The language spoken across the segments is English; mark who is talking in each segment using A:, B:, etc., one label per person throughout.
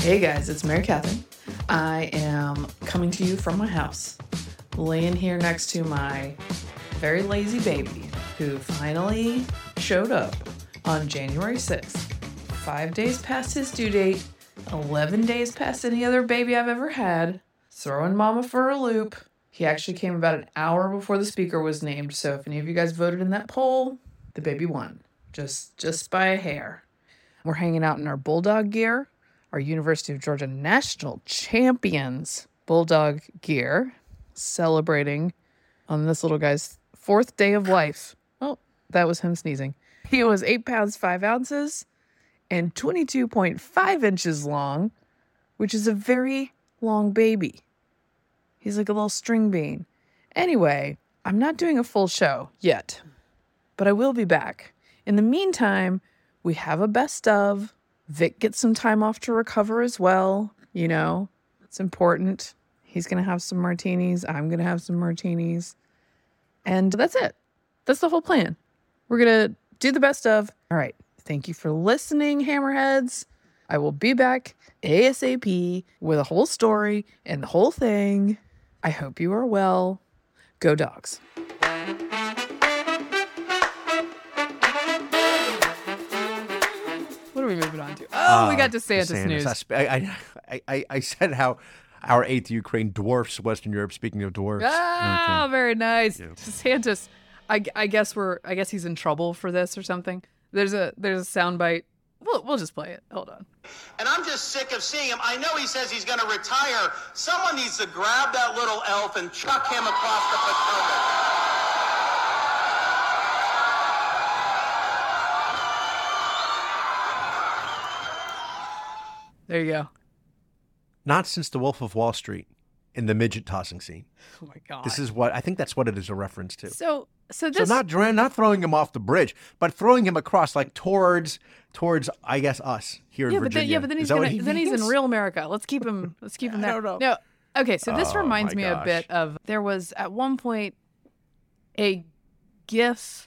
A: Hey guys, it's Mary Catherine. I am coming to you from my house, laying here next to my very lazy baby who finally showed up on January 6th, five days past his due date, 11 days past any other baby I've ever had, throwing mama for a loop. He actually came about an hour before the speaker was named, so if any of you guys voted in that poll, the baby won. Just just by a hair. We're hanging out in our bulldog gear, our University of Georgia National Champions bulldog gear, celebrating on this little guy's fourth day of life. Oh, that was him sneezing. He was eight pounds, five ounces, and 22.5 inches long, which is a very long baby. He's like a little string bean. Anyway, I'm not doing a full show yet, but I will be back. In the meantime, we have a best of. Vic gets some time off to recover as well. You know, it's important. He's going to have some martinis. I'm going to have some martinis. And that's it. That's the whole plan. We're going to do the best of. All right. Thank you for listening, Hammerheads. I will be back ASAP with a whole story and the whole thing. I hope you are well. Go, dogs.
B: What are we moving on to? Oh, we got
C: Uh,
B: DeSantis, news.
C: I, sp- I, I, I, I said how our aid to Ukraine dwarfs Western Europe. Speaking of dwarfs,
B: Ah, very nice. DeSantis. I, I guess we're. I guess he's in trouble for this or something. There's a there's a soundbite. We'll we'll just play it. Hold on.
D: And I'm just sick of seeing him. I know he says he's going to retire. Someone needs to grab that little elf and chuck him across the Potomac.
B: There you go.
C: not since The Wolf of Wall Street in the midget tossing scene.
B: Oh my god.
C: This is what I think that's what it is a reference to.
B: so so
C: So
B: this
C: not dra- not throwing him off the bridge, but throwing him across like towards towards I guess us here
B: yeah,
C: in
B: but then,
C: Virginia.
B: yeah, but then
C: Is
B: he's
C: that what
B: gonna,
C: he
B: then he's in
C: means?
B: real America. Let's keep him. Let's keep him
C: I
B: there.
C: don't know.
B: No. Okay, so this
C: Oh,
B: reminds
C: my
B: me a
C: gosh.
B: bit of there was at one point a GIF.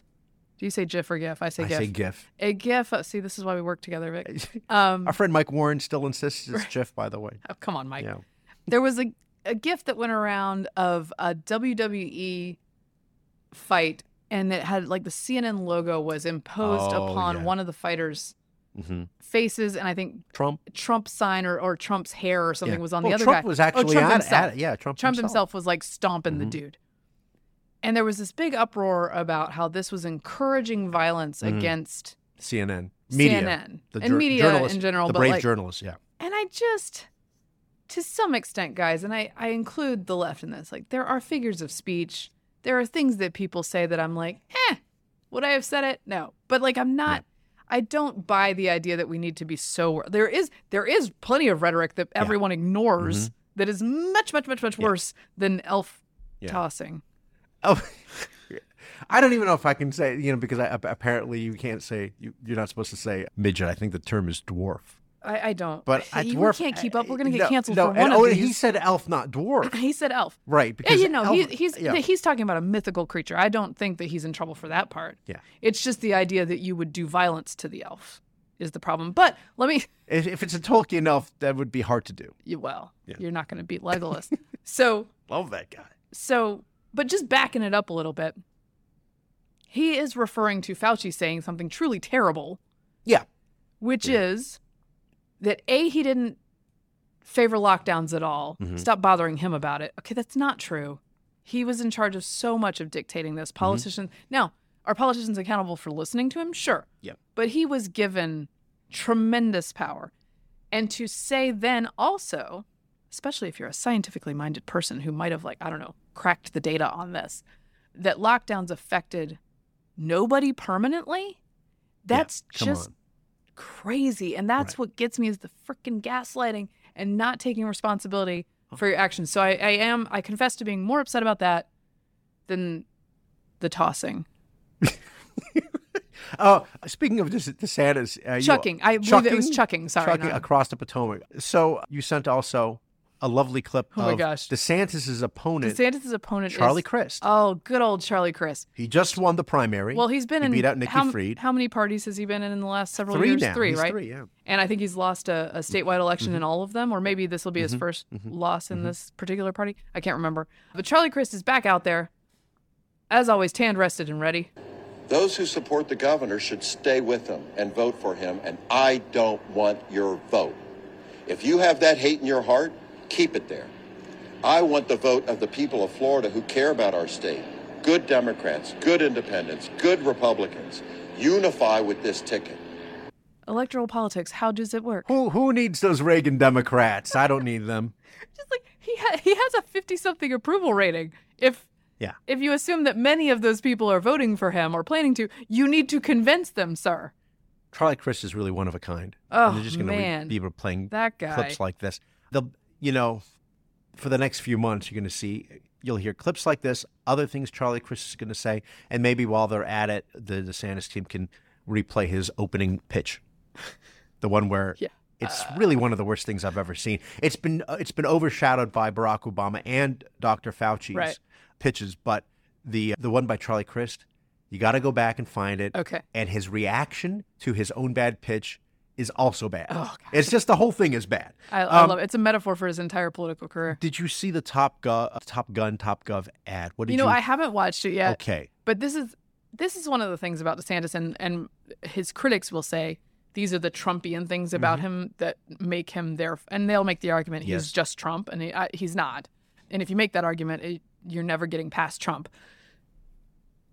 B: Do you say GIF or GIF? I say
C: I
B: GIF.
C: say GIF.
B: a GIF. uh, See, this is why we work together, Vic. Um,
C: Our friend Mike Warren still insists it's GIF, by the way.
B: oh, come on, Mike.
C: Yeah.
B: There was a a GIF that went around of a WWE fight, and it had like the CNN logo was imposed
C: Oh,
B: upon
C: yeah.
B: one of the fighters'
C: Mhm.
B: faces, and I think
C: Trump.
B: Trump sign or, or Trump's hair or something
C: yeah.
B: was on
C: Well,
B: the other
C: Trump
B: guy.
C: was Mm-hmm.
B: Oh,
C: actually
B: Trump
C: at,
B: himself.
C: at it. Yeah, Trump,
B: Trump himself was like stomping the dude. And there was this big uproar about how this was encouraging violence against
C: CNN, Mm-hmm. media,
B: CNN,
C: the
B: and
C: jour-
B: media
C: journalists,
B: in general.
C: the
B: but
C: brave
B: like,
C: journalists. Yeah,
B: and I just, to some extent, guys, and I, I include the left in this, like, there are figures of speech. There are things that people say that I'm like, eh, would I have said it? No. But like, I'm not. I don't buy the idea that we need to be so. There is there is plenty of rhetoric that everyone ignores
C: Mm-hmm.
B: that is much much much much worse than elf
C: Yeah.
B: tossing.
C: Oh, I don't even know if I can say you know because I, ap- apparently you can't say you, you're not supposed to say midget. I think the term is dwarf.
B: I, I don't.
C: But I,
B: you,
C: dwarf, eh,
B: we can't keep up. We're gonna get
C: no,
B: canceled
C: no,
B: for
C: and-
B: one
C: oh,
B: of
C: and
B: these.
C: He said elf, not dwarf.
B: He said elf.
C: Right,
B: Yeah,
C: because
B: you know, he,
C: elf-
B: he's
C: yeah.
B: he's talking about a mythical creature. I don't think that he's in trouble for that part.
C: Yeah.
B: It's just the idea that you would do violence to the elf is the problem. But let me
C: If, if it's a Tolkien elf, that would be hard to do.
B: you well, you're not gonna beat Legolas. so
C: Love that guy.
B: so but just backing it up a little bit. He is referring to Fauci saying something truly terrible,
C: Yeah,
B: which is that A, he didn't favor lockdowns at all. Stop bothering him about it. Okay, that's not true. He was in charge of so much of dictating this. Politicians now, are politicians accountable for listening to him? Sure.
C: Yep.
B: But he was given tremendous power. And to say then also, especially if you're a scientifically minded person who might have like, I don't know, cracked the data on this, that lockdowns affected nobody permanently, that's
C: come
B: just
C: on.
B: crazy. And that's
C: Right.
B: what gets me is the freaking gaslighting and not taking responsibility for your actions. So I, I am, I confess to being more upset about that than the tossing.
C: Oh, speaking of this, the saddest. Uh, you-
B: Chucking. I believe it was chucking, sorry,
C: chucking
B: not-
C: across the Potomac. So you sent also a lovely clip
B: Oh my
C: of
B: gosh.
C: DeSantis's opponent,
B: DeSantis' opponent
C: Charlie
B: is
C: Crist.
B: Oh, good old Charlie Crist.
C: he just won the primary.
B: Well, he's been
C: He
B: in
C: beat out Nikki
B: how,
C: Fried.
B: how many parties has he been in in the last several
C: three
B: years?
C: now.
B: Three,
C: He's
B: right?
C: Three, Mm-hmm. yeah.
B: And I think he's lost a, a statewide election in all of them, or maybe this will be
C: Mm-hmm.
B: his 1st loss in this particular party. I can't remember. But Charlie Crist is back out there, as always, tanned, rested, and ready.
E: Those who support the governor should stay with him and vote for him, and I don't want your vote. If you have that hate in your heart, keep it there. I want the vote of the people of Florida who care about our state. Good Democrats, good independents, good Republicans. Unify with this ticket.
B: Electoral politics, how does it work?
C: Who who needs those Reagan Democrats? I don't need them.
B: Just like he ha- he has a fifty something approval rating. If
C: Yeah.
B: if you assume that many of those people are voting for him or planning to, you need to convince them, sir.
C: Charlie Crist is really one of a kind.
B: Oh,
C: and they're just gonna
B: man.
C: Be, be playing
B: That guy.
C: clips like this. They'll, you know, for the next few months, you're going to see, you'll hear clips like this, other things Charlie Crist is going to say, and maybe while they're at it, the DeSantis team can replay his opening pitch, the one where
B: Yeah.
C: it's really one of the worst things I've ever seen. It's been uh, it's been overshadowed by Barack Obama and Dr. Fauci's
B: Right.
C: pitches, but the the one by Charlie Crist, you got to go back and find it
B: Okay.
C: and his reaction to his own bad pitch is also bad.
B: Oh,
C: it's just the whole thing is bad.
B: I, I
C: Um,
B: love it. It's a metaphor for his entire political career.
C: Did you see the Top Gun, Top Gun, Top Gov ad? What did
B: You
C: you?
B: know, I haven't watched it yet,
C: okay.
B: but this is this is one of the things about DeSantis, and and his critics will say these are the Trumpian
C: Mm-hmm.
B: things about him that make him their, and they'll make the argument
C: Yes.
B: he's just Trump, and he, I, he's not. And if you make that argument, it, you're never getting past Trump.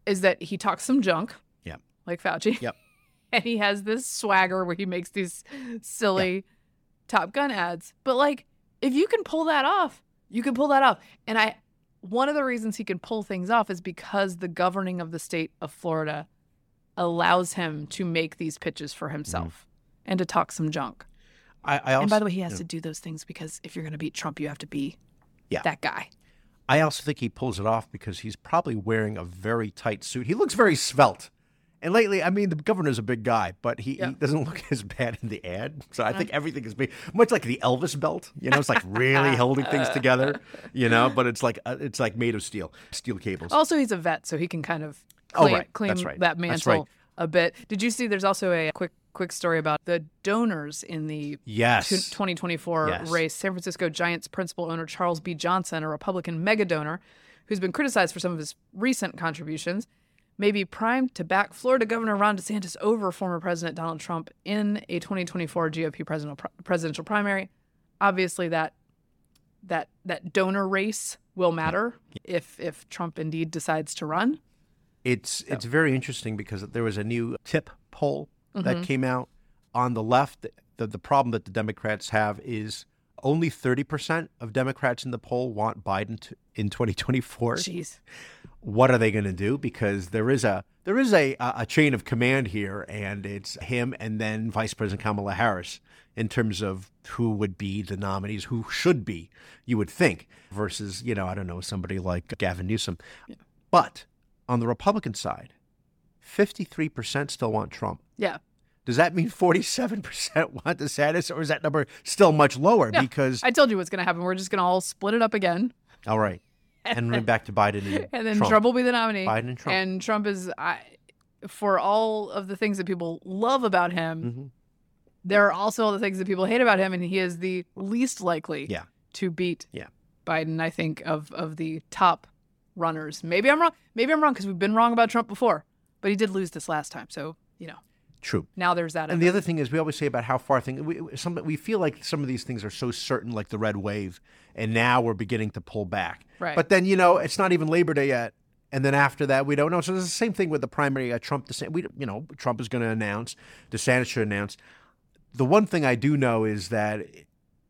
B: Is that he talks some junk,
C: Yep.
B: like Fauci,
C: Yep.
B: and he has this swagger where he makes these silly Top Gun ads, but like if you can pull that off, you can pull that off. And I, one of the reasons he can pull things off is because the governing of the state of Florida allows him to make these pitches for himself and to talk some junk.
C: I, Mm-hmm. I also,
B: and by the way, he has to do those things because if you're going to beat Trump, you have to be
C: Yeah.
B: that guy.
C: I also think he pulls it off because he's probably wearing a very tight suit. He looks very svelte. And lately, I mean, the governor's a big guy, but he,
B: Yeah. Uh-huh.
C: he doesn't look as bad in the ad. So I think everything is big, much like the Elvis belt. You know, it's like really holding things together. You know, but it's like uh, it's like made of steel, steel cables.
B: Also, he's a vet, so he can kind of
C: Oh,
B: claim,
C: right.
B: claim
C: That's right.
B: that
C: That's
B: mantle
C: right.
B: a bit. Did you see there's also a quick quick story about the donors in the
C: yes,
B: to- 2024
C: Yes.
B: race, San Francisco Giants principal owner Charles B. Johnson, a Republican mega donor who's been criticized for some of his recent contributions, may be primed to back Florida Governor Ron DeSantis over former President Donald Trump in a 2024 GOP presidential presidential primary. Obviously, that that that donor race will matter
C: Mm-hmm.
B: if if Trump indeed decides to run.
C: It's it's very interesting because there was a new tip poll that came out on the left. The, the problem that the Democrats have is only 30% of Democrats in the poll want Biden to, in 2024.
B: Jeez.
C: What are they going to do? Because there is a there is a a a chain of command here, and it's him and then Vice President Kamala Harris in terms of who would be the nominees, who should be, you would think, versus you know I don't know somebody like Gavin Newsom. But on the Republican side, 53% still want Trump.
B: Yeah.
C: Does that mean 47% want DeSantis, or is that number still much lower? because,
B: I told you what's going to happen. We're just going to all split it up again.
C: all right, and then back to Biden and,
B: and then Trump. will be the nominee.
C: Biden and Trump.
B: And Trump is, I, for all of the things that people love about him,
C: Mhm.
B: there are also all the things that people hate about him, and he is the least likely
C: Yeah.
B: to beat
C: Yeah.
B: Biden. I think of of the top runners. Maybe I'm wrong. Maybe I'm wrong because we've been wrong about Trump before, but he did lose this last time. So you know,
C: True.
B: now there's that.
C: And the other thing is, we always say about how far things. We, we- some, we feel like some of these things are so certain, like the red wave, and now we're beginning to pull back.
B: Right.
C: But then you know, it's not even Labor Day yet, and then after that, we don't know. So it's the same thing with the primary. Uh, Trump, DeSantis, we you know, Trump is going to announce, DeSantis should announce. The one thing I do know is that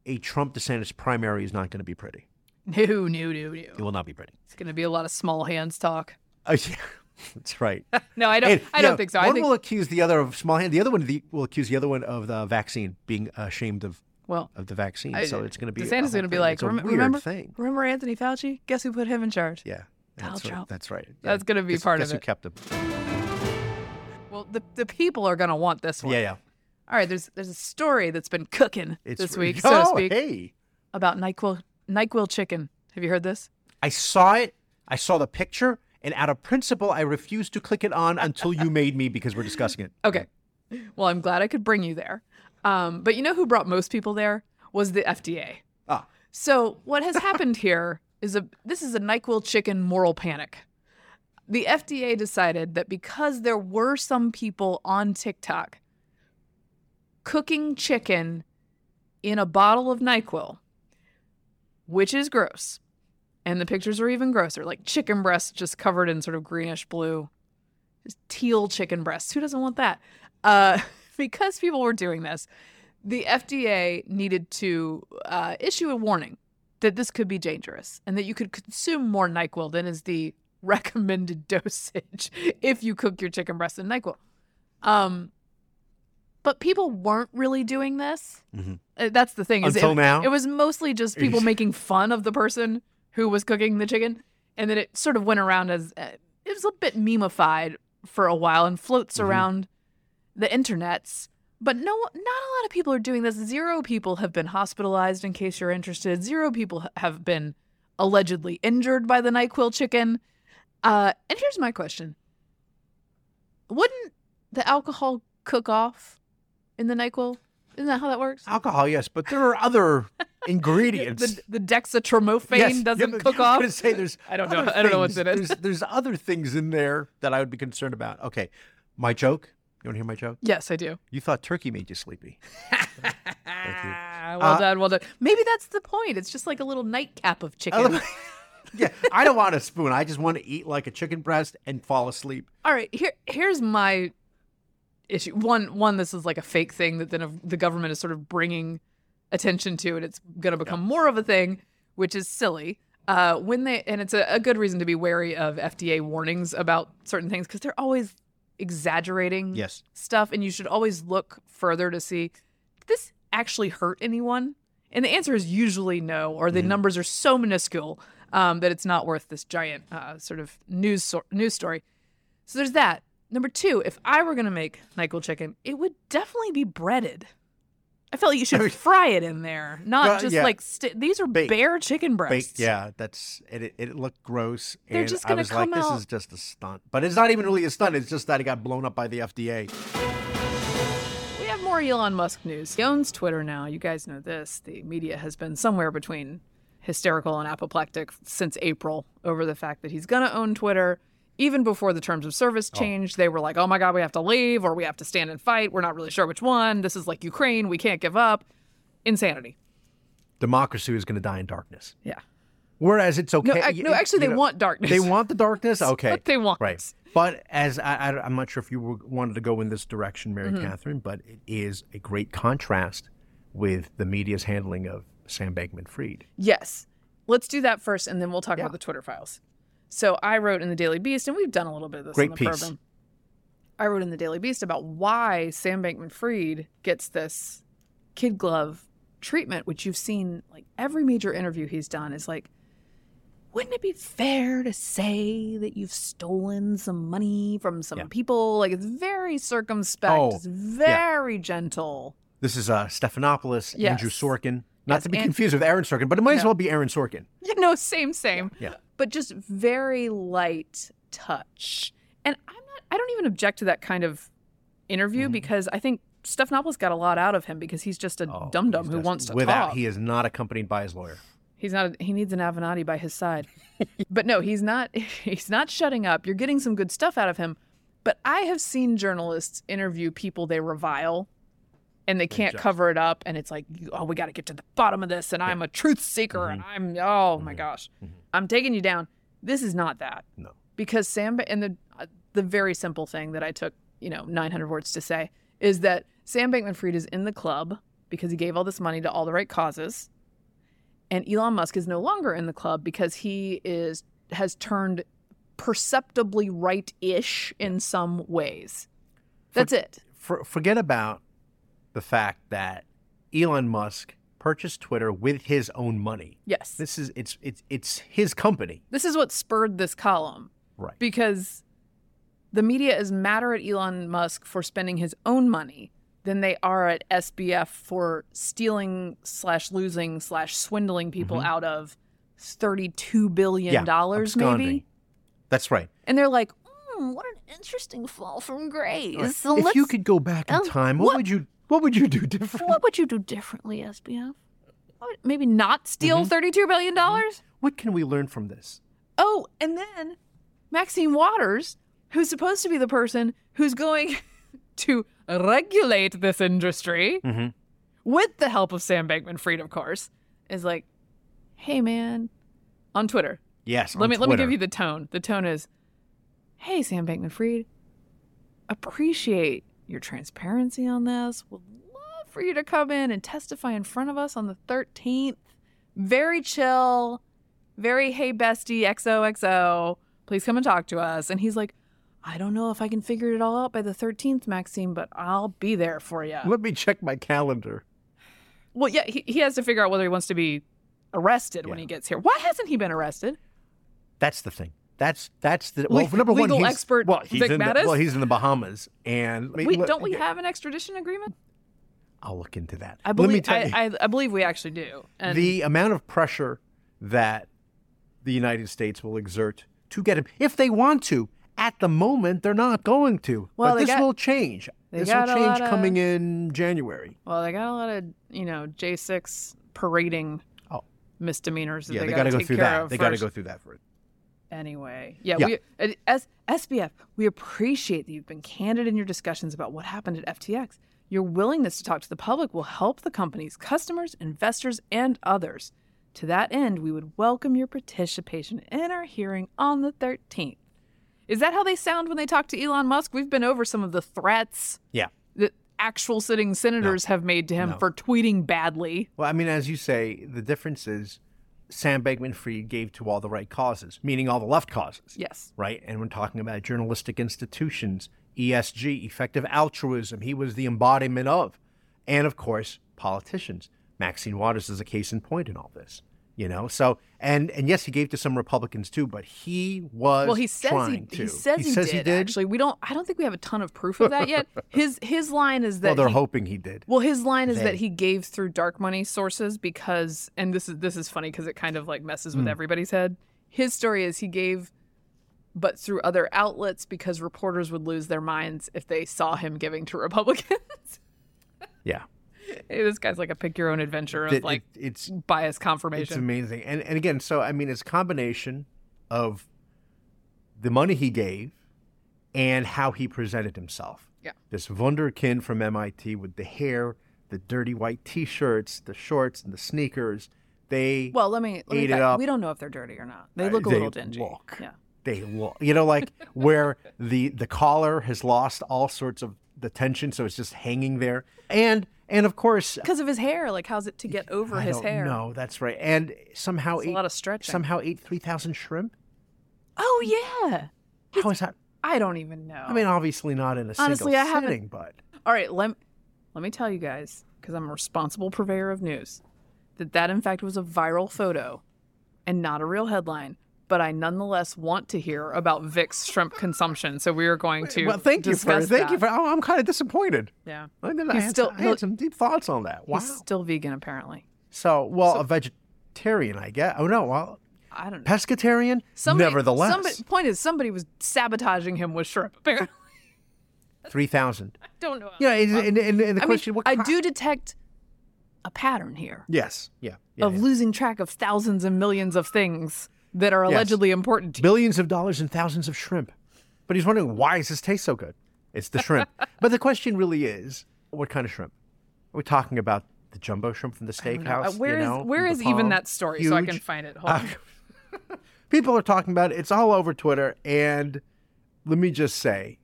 C: a Trump DeSantis primary is not going to be pretty.
B: new, new, new, new.
C: It will not be pretty.
B: It's going to be a lot of small hands talk.
C: Uh, yeah, that's right.
B: No, I don't.
C: And,
B: I
C: you
B: don't
C: know,
B: think so.
C: One
B: I think
C: will accuse the other of small hand. The other one of the, will accuse the other one of the vaccine being ashamed of
B: well.
C: of the vaccine.
B: I-
C: so it's going to be. a
B: DeSantis is going
C: whole
B: to be
C: thing.
B: like,
C: It's a
B: "Rem-
C: weird
B: remember,
C: thing.
B: remember Anthony Fauci? Guess who put him in charge?
C: Yeah,
B: Donald
C: that's right.
B: Trump.
C: That's right. Yeah.
B: That's gonna be
C: Guess-
B: part of
C: guess who
B: it.
C: kept him.
B: Well, the, the people are going to want this one.
C: Yeah, yeah.
B: All right, there's there's a story that's been cooking
C: It's
B: this
C: re-
B: week, so to
C: Oh,
B: speak,
C: Hey,
B: about NyQuil NyQuil chicken. Have you heard this?
C: I saw it. I saw the picture, and out of principle, I refused to click it on until you made me because we're discussing it.
B: Okay. Well, I'm glad I could bring you there. Um, but you know who brought most people there was the FDA.
C: Ah.
B: So what has happened here is a this is a Nyquil chicken moral panic. The FDA decided that because there were some people on TikTok cooking chicken in a bottle of Nyquil, which is gross, and the pictures are even grosser, like chicken breasts just covered in sort of greenish blue teal chicken breasts. Who doesn't want that? Uh, because people were doing this, the FDA needed to uh, issue a warning that this could be dangerous and that you could consume more NyQuil than is the recommended dosage if you cook your chicken breast in NyQuil. Um, but people weren't really doing this.
C: Mhm.
B: Uh, That's the thing. is
C: Until
B: it,
C: now?
B: it was mostly just people making fun of the person who was cooking the chicken, and then it sort of went around as uh, it was a bit memeified for a while and floats
C: Mhm.
B: around the internets. But no, not a lot of people are doing this. Zero people have been hospitalized, in case you're interested. Zero people ha- have been allegedly injured by the Nyquil chicken. Uh, and here's my question: Wouldn't the alcohol cook off in the Nyquil? Isn't that how that works?
C: Alcohol, yes, but there are other ingredients.
B: The, the dexatromophane
C: Yes, yeah,
B: doesn't
C: but
B: cook
C: I was
B: off.
C: gonna say there's
B: I don't know-
C: other
B: I don't know what's
C: things.
B: in it.
C: There's, there's other things in there that I would be concerned about. Okay, my joke. You want to hear my joke?
B: Yes, I do.
C: You thought turkey made you sleepy. Thank you.
B: Ah, well
C: Uh,
B: done, well done. Maybe that's the point. It's just like a little nightcap of chicken.
C: yeah, I don't want a spoon. I just want to eat like a chicken breast and fall asleep.
B: All right, here here's my issue. One one this is like a fake thing that then the government is sort of bringing attention to and it's going to become more of a thing, which is silly. Uh, when they and it's a, a good reason to be wary of FDA warnings about certain things because they're always exaggerating
C: Yes.
B: stuff, and you should always look further to see did this actually hurt anyone. And the answer is usually no, or
C: Mm-hmm.
B: the numbers are so minuscule um, that it's not worth this giant uh, sort of news sor- news story. So there's that. Number two, if I were gonna make Nyquil chicken, it would definitely be breaded. I felt like you should fry it in there, not
C: Well,
B: just
C: yeah.
B: like sti these are
C: Baked.
B: bare chicken breasts.
C: Baked, yeah, that's it. It, it looked gross,
B: They're
C: and
B: just
C: I
B: gonna
C: was
B: come
C: like, "This
B: out-
C: is just a stunt." But it's not even really a stunt. It's just that it got blown up by the FDA.
B: We have more Elon Musk news. He owns Twitter now. You guys know this. The media has been somewhere between hysterical and apoplectic since April over the fact that he's going to own Twitter. Even before the terms of service changed, they were like, oh my God, we have to leave or we have to stand and fight. We're not really sure which one. This is like Ukraine. We can't give up. Insanity.
C: Democracy is going to die in darkness.
B: Yeah.
C: Whereas it's okay.
B: No, ac-
C: you-
B: no, actually,
C: you
B: they
C: know-
B: want darkness.
C: They want the darkness. Okay,
B: what they want.
C: Right, but as I, I, I'm not sure if you were, wanted to go in this direction, Mary
B: Mm-hmm.
C: Catherine, but it is a great contrast with the media's handling of Sam Bankman-Fried.
B: Yes. Let's do that first, and then we'll talk about the Twitter files. So I wrote in the Daily Beast, and we've done a little bit of this on
C: Great
B: the
C: piece.
B: program. I wrote in the Daily Beast about why Sam Bankman-Fried gets this kid glove treatment, which you've seen like every major interview he's done is like, wouldn't it be fair to say that you've stolen some money from some
C: Yeah.
B: people? Like it's very circumspect,
C: Oh,
B: it's very gentle.
C: This is uh, Stephanopoulos, Andrew
B: Yes.
C: Sorkin. Not
B: Yes,
C: to be
B: and-
C: confused with Aaron Sorkin, but it might as
B: No.
C: well be Aaron Sorkin.
B: you know, same, same.
C: Yeah.
B: But just very light touch. And I'm not, I don't even object to that kind of interview
C: Mm-hmm.
B: because I think Stephanopoulos got a lot out of him because he's just a
C: Oh,
B: dum dum
C: he's
B: who
C: just-
B: wants to
C: without,
B: talk.
C: He is not accompanied by his lawyer.
B: He's not. he needs an Avenatti by his side. but no, he's not. He's not shutting up. You're getting some good stuff out of him. But I have seen journalists interview people they revile, and they can't
C: just-
B: cover it up. And it's like, you- oh, we got to get to the bottom of this. And I'm a truth seeker. And I'm, oh my gosh, I'm taking you down. This is not that.
C: Mm-hmm. No.
B: Because Sam and the uh, the very simple thing that I took you know 900 words to say is that Sam Bankman-Fried is in the club because he gave all this money to all the right causes and Elon Musk is no longer in the club because he is has turned perceptibly right-ish in some ways. That's it.
C: For, forget about the fact that Elon Musk purchased Twitter with his own money.
B: Yes. This,
C: This is it's it's it's his company.
B: is what spurred this column
C: Right.
B: because the media is madder at Elon Musk for spending his own money than they are at SBF for stealing slash losing slash swindling people
C: Mhm.
B: out of thirty-two billion
C: Yeah,
B: dollars,
C: absconding.
B: maybe.
C: That's right.
B: And they're like, mm, "What an interesting fall from grace." So
C: if
B: let's,
C: you could go back in
B: um,
C: time, what,
B: what-
C: would you what would you do different? What,
B: what would you do differently, SBF? What- Maybe not steal
C: Mm-hmm.
B: thirty-two billion dollars.
C: can we learn from this?
B: Oh, and then Maxine Waters, who's supposed to be the person who's going to regulate this industry
C: Mhm.
B: with the help of Sam Bankman Fried, of course, is like, hey, man, on Twitter.
C: Yes.
B: let
C: on
B: me let me
C: Twitter.
B: give you the tone. The tone is, hey, Sam Bankman Fried, appreciate your transparency on this. Would love for you to come in and testify in front of us on the 13th. Very chill, very hey bestie, XOXO. Please come and talk to us. And he's like, I don't know if I can figure it all out by the 13th, Maxime, but I'll be there for you.
C: Let me check my calendar.
B: Well, yeah, he, he has to figure out whether he wants to be arrested when
C: Yeah.
B: he gets here. Why hasn't he been arrested?
C: That's the thing. That's that's the well.
B: Le-
C: number
B: legal
C: one, he's,
B: expert
C: Well, he's
B: Vic
C: in the,
B: Mattis?
C: well, he's in the Bahamas, and
B: Wait, don't we have an extradition agreement?
C: I'll look into that.
B: I believe
C: Let me tell you.
B: I, I, I believe we actually do. And
C: the amount of pressure that the United States will exert to get him, if they want to. At the moment, they're not going to.
B: Well,
C: but
B: they
C: this
B: got-
C: will change.
B: they
C: This will
B: got a
C: change
B: lot of-
C: coming in January.
B: well, they got a lot of you know J six parading
C: Oh.
B: misdemeanors. That
C: yeah,
B: they
C: they got to go
B: take
C: through
B: care
C: that.
B: Of
C: They got to
B: first.
C: go through that first.
B: anyway. Yeah,
C: Yeah.
B: we as SBF, we appreciate that you've been candid in your discussions about what happened at FTX. Your willingness to talk to the public will help the company's customers, investors, and others. To that end, we would welcome your participation in our hearing on the 13th. Is that how they sound when they talk to Elon Musk? We've been over some of the threats
C: Yeah.
B: that actual sitting senators have made to him
C: No.
B: for tweeting badly.
C: Well, I mean, as you say, the difference is Sam Beckman Fried gave to all the right causes, meaning all the left causes.
B: Yes.
C: right? And we're talking about journalistic institutions, ESG, effective altruism. He was the embodiment of, and of course, politicians. Maxine Waters is a case in point in all this, you know. So, and and yes, he gave to some Republicans too, but he was
B: Well, he says he,
C: trying to.
B: he says he, did, Actually, we don't. I don't think we have a ton of proof of that yet. His his line is
C: well,
B: that.
C: they're
B: he,
C: hoping he did.
B: well, his line is
C: they.
B: that he gave through dark money sources because, and this is this is funny because it kind of like messes
C: Hmm.
B: with everybody's head. His story is he gave, but through other outlets because reporters would lose their minds if they saw him giving to Republicans.
C: yeah,
B: this guy's like a pick your own adventure of
C: It-
B: like
C: it- it's
B: bias
C: it's
B: confirmation.
C: amazing. And and again, so I mean, it's a combination of the money he gave and how he presented himself.
B: Yeah.
C: This wunderkind from MIT with the hair, the dirty white t-shirts, the shorts, and the sneakers. They
B: Well, let me. Let me
C: Ate it
B: back-
C: up.
B: We don't know if they're dirty or not. They
C: Uh,
B: look a
C: they
B: little dingy.
C: look.
B: Yeah.
C: they look, you know, like where the the collar has lost all sorts of the tension, so it's just hanging there. And and of course,
B: Because of his hair, like how's it to get over
C: I
B: his
C: don't
B: hair?
C: know, that's right. And somehow
B: It's a
C: ate-
B: lot of stretching.
C: somehow ate three thousand shrimp.
B: Oh yeah.
C: How is that?
B: I don't even know.
C: I mean, obviously not in a single
B: Honestly, I haven't-
C: sitting, but
B: all right, let let me tell you guys because I'm a responsible purveyor of news that that in fact was a viral photo and not a real headline. But I nonetheless want to hear about Vic's shrimp consumption, so we are going to.
C: well, thank you for
B: discuss
C: thank you for.
B: that.
C: oh, I'm kind of disappointed.
B: Yeah,
C: I, did, I,
B: He's
C: had,
B: still-
C: some, I had some deep thoughts on that. Wow.
B: he's still vegan apparently.
C: so, well, a vegetarian, I guess. Oh no, well,
B: I don't know.
C: pescatarian.
B: Somebody,
C: Nevertheless,
B: somebody, point is somebody was sabotaging him with shrimp. Apparently,
C: three thousand.
B: I don't know.
C: Yeah, and, and, and, and the
B: I
C: question.
B: mean,
C: what
B: I
C: ki-
B: do detect a pattern here.
C: Yes. Yeah. yeah,
B: of
C: yeah.
B: losing track of thousands and millions of things that are
C: Yes.
B: allegedly important to you.
C: billions of dollars and thousands of shrimp. But he's wondering why does this taste so good? It's the shrimp. but the question really is, what kind of shrimp? Are we talking about the jumbo shrimp from the steakhouse?
B: Uh,
C: you
B: Where is
C: know,
B: where
C: from
B: is
C: the
B: even
C: palm?
B: that story so I
C: Huge.
B: can find it? Hold on.
C: Uh, people are talking about it. It's all over Twitter. And let me just say,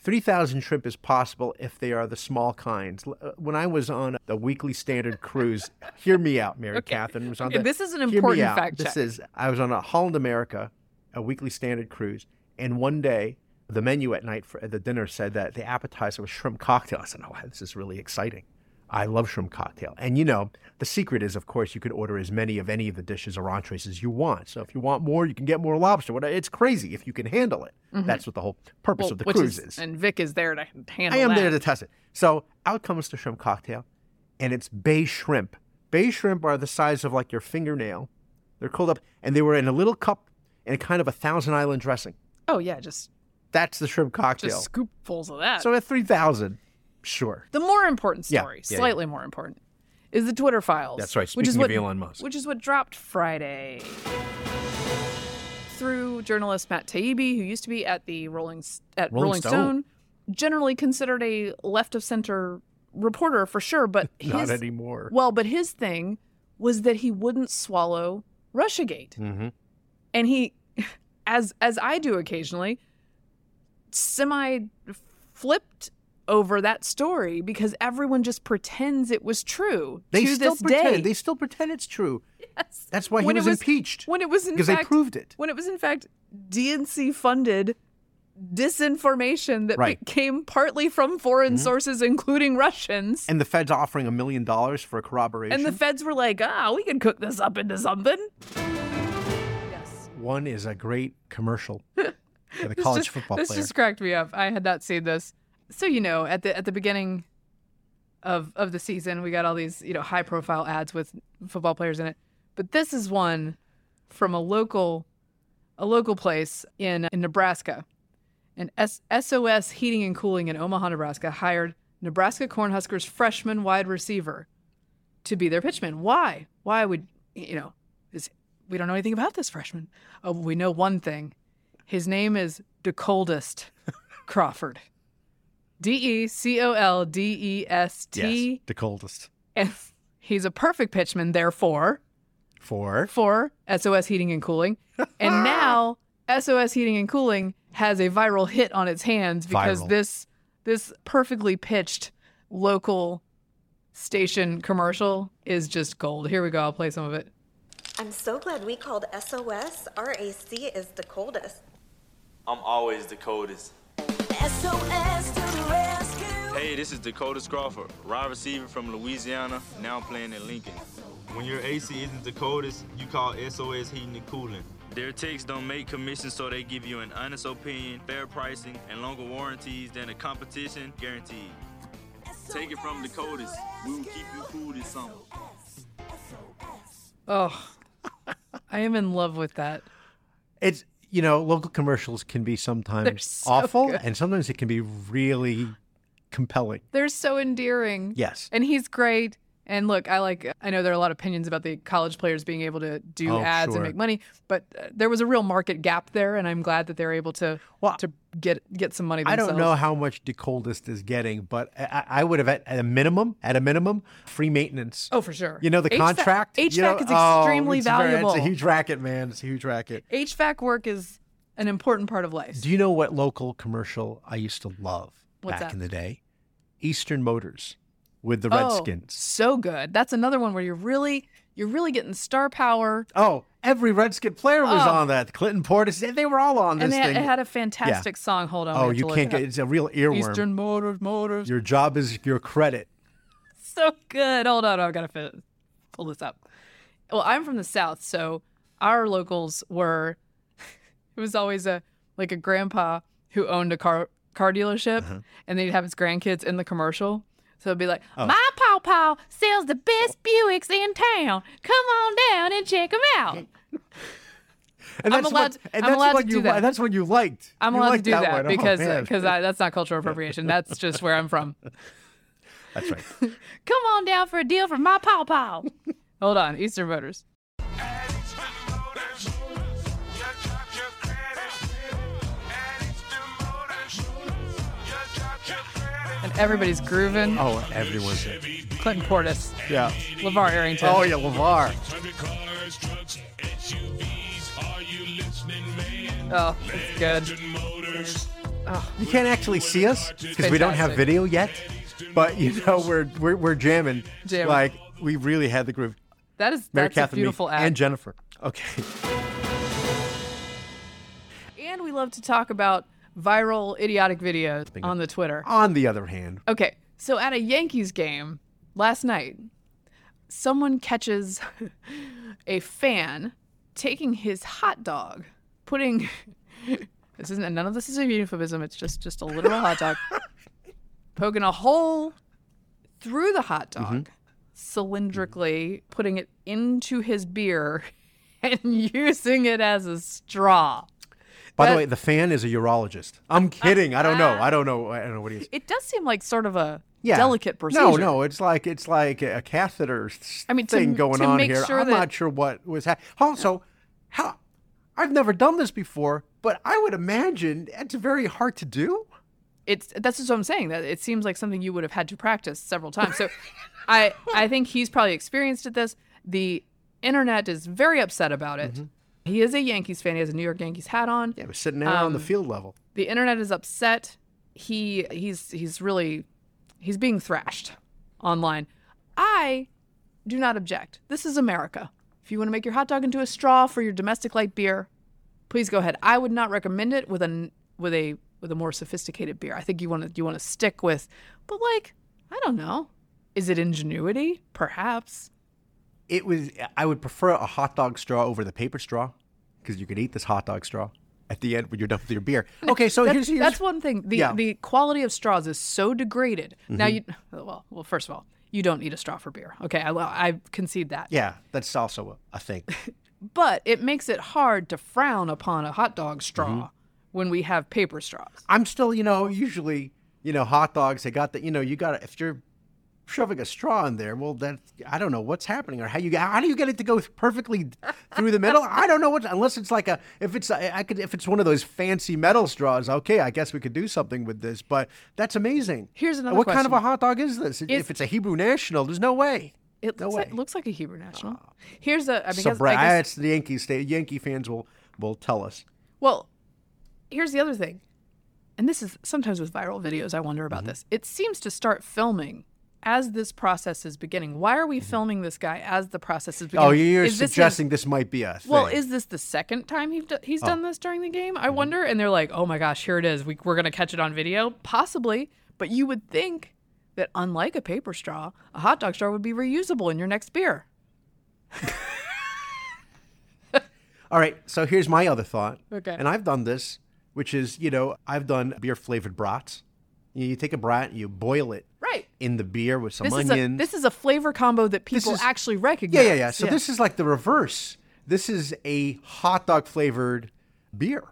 C: 3,000 shrimp is possible if they are the small kinds. L- uh, When I was on the Weekly Standard cruise, hear me out, Mary Catherine was on
B: Okay,
C: the-
B: this is an
C: hear me
B: important
C: out.
B: fact
C: This
B: check.
C: is I was on a Holland America, a Weekly Standard cruise, and one day the menu at night for at the dinner said that the appetizer was shrimp cocktail. I said, "Oh, wow, this is really exciting." I love shrimp cocktail. And you know, the secret is, of course, you could order as many of any of the dishes or entrees as you want. So if you want more, you can get more lobster. What It's crazy if you can handle it. That's what the whole
B: Mm-hmm.
C: purpose
B: Well,
C: of the
B: which
C: cruise is.
B: And Vic is there to handle
C: I am
B: that.
C: there to test it. So out comes the shrimp cocktail, and it's bay shrimp. Bay shrimp are the size of like your fingernail. They're cooled up, and they were in a little cup and kind of a Thousand Island dressing.
B: oh yeah, just
C: That's the shrimp cocktail.
B: just scoopfuls of that.
C: so at 3,000, sure.
B: The more important
C: Yeah,
B: story,
C: yeah, yeah.
B: slightly more important, is the Twitter files.
F: That's right,
B: which is
F: speaking
B: what,
F: of Elon Musk.
B: Which is what dropped Friday. Through journalist Matt Taibbi, who used to be at the Rolling S- at
F: Rolling
B: Rolling,
F: Stone.
B: Stone. generally considered a left of center reporter for sure, but
C: Not
B: his
C: anymore.
B: well, but his thing was that he wouldn't swallow Russiagate,
C: Mm-hmm.
B: and he, as as I do occasionally, semi flipped over that story because everyone just pretends it was true
C: They
B: to
C: still
B: this
C: pretend.
B: day.
C: They still pretend it's true.
B: Yes.
C: That's why he
B: When it
C: was,
B: was-
C: impeached.
B: when it was in
C: because they
B: fact
C: proved it.
B: when it was in fact DNC funded disinformation that
C: Right. Mm-hmm.
B: came partly from foreign sources, including Russians.
C: And the Fed's offering a million dollars for corroboration.
B: And the feds were like, ah, we can cook this up into something.
C: One is a great commercial for the college
B: just,
C: football
B: this
C: player.
B: just cracked me up. I had not seen this. So you know, at the at the beginning of of the season, we got all these you know high profile ads with football players in it. But this is one from a local a local place in in Nebraska. And S- SOS Heating and Cooling in Omaha, Nebraska hired Nebraska Cornhuskers freshman wide receiver to be their pitchman. Why? Why would you know? Is we don't know anything about this freshman. Oh, we know one thing. His name is DeColdest Crawford. D E C O L D E S
C: yes,
B: T.
C: the coldest.
B: And He's a perfect pitchman, therefore,
C: For
B: for SOS Heating and Cooling. And now SOS Heating and Cooling has a viral hit on its hands because
C: Viral.
B: this this perfectly pitched local station commercial is just gold. Here we go. I'll play some of it.
G: I'm so glad we called SOS. RAC is the coldest.
H: I'm always Dakota's.
G: SOS to the rescue.
H: Hey, this is Dakota Crawford, wide receiver from Louisiana, now playing in Lincoln. When your AC isn't Dakota's, you call SOS Heating and Cooling. Their ticks don't make commissions, so they give you an honest opinion, fair pricing, and longer warranties than the competition guaranteed. Take it from Dakota's. We will keep you cool this summer.
B: Oh, I am in love with that.
C: it's you know local commercials can be
B: They're
C: sometimes
B: so
C: awful,
B: good.
C: and sometimes it can be really compelling.
B: They're so endearing.
C: Yes.
B: And he's great. And look, I like, I know there are a lot of opinions about the college players being able to do
C: Oh,
B: ads
C: sure.
B: and make money, but uh, there was a real market gap there. And I'm glad that they're able to
C: Well,
B: to get get some money
C: I
B: themselves.
C: don't know how much the coldest is getting, but I- I, I would have at, at a minimum, at a minimum, free maintenance.
B: Oh, for sure.
C: You know the
B: HVAC
C: contract. you
B: HVAC
C: know-
B: is
C: oh,
B: extremely
C: it's very-
B: valuable.
C: it's a huge racket, man. It's a huge racket.
B: HVAC work is an important part of life.
C: Do you know what local commercial I used to love
B: What's
C: back
B: that?
C: in the day? Eastern Motors with the
B: Oh,
C: Redskins.
B: so good. That's another one where you're really you're really getting star power.
C: Oh, every Redskin player was
B: Oh.
C: on that. Clinton Portis, they- they were all on this
B: and they
C: thing.
B: it had a fantastic song. Hold on. we
C: oh,
B: have
C: you
B: to look
C: can't
B: it up.
C: get it's a real earworm.
B: Eastern Motors, Motors.
C: Your job is your credit.
B: so good. Hold on, I've got to fit, pull this up. Well, I'm from the South, so our locals were. It was always a like a grandpa who owned a car car dealership,
C: Uh-huh.
B: and they'd have his grandkids in the commercial. So it'd be like,
C: Oh.
B: "My paw paw sells the best Buicks in town. Come on down and check them out."
C: And
B: I'm
C: that's
B: allowed
C: what,
B: to-
C: and
B: I'm
C: that's
B: allowed
C: what
B: to
C: you
B: do that.
C: li- that's what you liked.
B: I'm
C: You
B: allowed to
C: liked
B: do that,
C: one. Oh,
B: because
C: man.
B: because I that's not cultural appropriation. That's just where I'm from.
C: that's right.
B: Come on down for a deal from my paw paw. Hold on, Eastern Motors. and everybody's grooving.
C: Oh, everyone's in.
B: Clinton Portis,
C: yeah.
B: LeVar Arrington.
C: Oh yeah, Levar.
B: Oh, it's good.
C: You can't actually see us because we don't have
B: fantastic.
C: video yet, but you know we're we're, we're jamming.
B: Jamming.
C: Like we really had the groove.
B: That is
C: Mary
B: that's a
C: Catherine Meek
B: beautiful ad.
C: and Jennifer. Okay.
B: and we love to talk about viral idiotic videos on the Twitter.
C: On the other hand,
B: Okay, so at a Yankees game, last night, someone catches a fan taking his hot dog, putting this isn't none of this is a euphemism. It's just just a literal hot dog, poking a hole through the hot dog,
C: Mm-hmm.
B: cylindrically putting it into his beer, and using it as a straw.
C: By the
B: That- Ah.
C: way, the fan is a urologist. I'm kidding. I don't know. I don't know. I don't know what he is.
B: It does seem like sort of a
C: Yeah.
B: delicate procedure.
C: No, no. It's like it's like a catheter s-
B: I mean, to-
C: thing going
B: to
C: on
B: make
C: here.
B: sure
C: I'm
B: that-
C: not sure what was happening. Also, how I've never done this before, but I would imagine it's very hard to do.
B: it's that's just what I'm saying. That it seems like something you would have had to practice several times. So, I I think he's probably experienced at this. The internet is very upset about it. He is a Yankees fan. He has a New York Yankees hat on.
C: Yeah, it was sitting there on the
B: Um,
C: field level.
B: The internet is upset. He he's he's really he's being thrashed online. I do not object. This is America. If you want to make your hot dog into a straw for your domestic light beer, please go ahead. I would not recommend it with an with a with a more sophisticated beer. I think you want to you want to stick with, but like I don't know, is it ingenuity? Perhaps.
C: It was. I would prefer a hot dog straw over the paper straw because you could eat this hot dog straw at the end when you're done with your beer. Okay, so
B: That's,
C: here's, here's
B: that's one thing. The
C: Yeah. Mm-hmm.
B: the quality of straws is so degraded. Now you well well first of all you don't need a straw for beer. Okay, I well, I concede that.
C: yeah, that's also a, a thing.
B: But it makes it hard to frown upon a hot dog straw
C: Mm-hmm.
B: when we have paper straws.
C: I'm still, you know, usually, you know, hot dogs. They got the, you know, you got to if you're shoving a straw in there. Well, that I don't know what's happening or how you how do you get it to go perfectly through the middle. I don't know what unless it's like a if it's I I could if it's one of those fancy metal straws. Okay, I guess we could do something with this. But that's amazing.
B: Here's another
C: What kind of a
B: question.
C: hot dog is this?
B: It's-
C: if it's a Hebrew national, there's no way.
B: It
C: No
B: looks like,
C: way.
B: looks like a Hebrew national. Here's a I mean
C: So
B: I guess-
C: it's the Yankee state. Yankee fans will will tell us.
B: Well, here's the other thing. And this is sometimes with viral videos, I wonder
C: Mm-hmm.
B: about this. It seems to start filming as this process is beginning. Why are we filming this guy as the process is beginning?
C: Mm-hmm. Oh, you're
B: Is this his-
C: suggesting this, might be a thing. Oh. Mm-hmm.
B: well, is this the second time he've do- he's done this during the game? I wonder. And they're like, oh my gosh, here it is. We, we're going to catch it on video. Possibly. But you would think that, unlike a paper straw, a hot dog straw would be reusable in your next beer.
C: All right, so here's my other thought.
B: Okay.
C: And I've done this, which is, you know, I've done beer flavored brats. You, you take a brat, you boil it
B: Right.
C: in the beer with some
B: This is, a,
C: onions.
B: this is a flavor combo that people
C: is-
B: actually recognize.
C: yeah, yeah, yeah. So this is like the reverse. This is a hot dog flavored beer.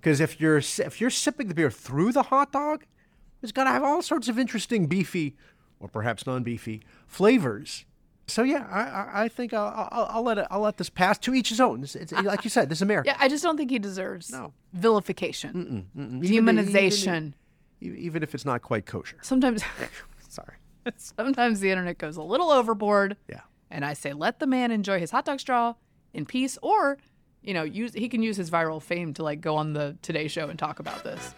C: Because if you're si- if you're sipping the beer through the hot dog, it's got to have all sorts of interesting beefy, or perhaps non-beefy flavors. So yeah, I I, I think I'll, I'll, I'll let it, I'll let this pass. To each his own. It's, it's, like you said, this is America.
B: Yeah, I just don't think he deserves
C: No.
B: vilification,
C: Even i-
B: demonization.
C: Even, i- e-, even if it's not quite kosher.
B: sometimes,
C: Sorry.
B: sometimes the internet goes a little overboard,
C: Yeah.
B: and I say let the man enjoy his hot dog straw in peace, or you know, use he can use his viral fame to like go on the Today Show and talk about this.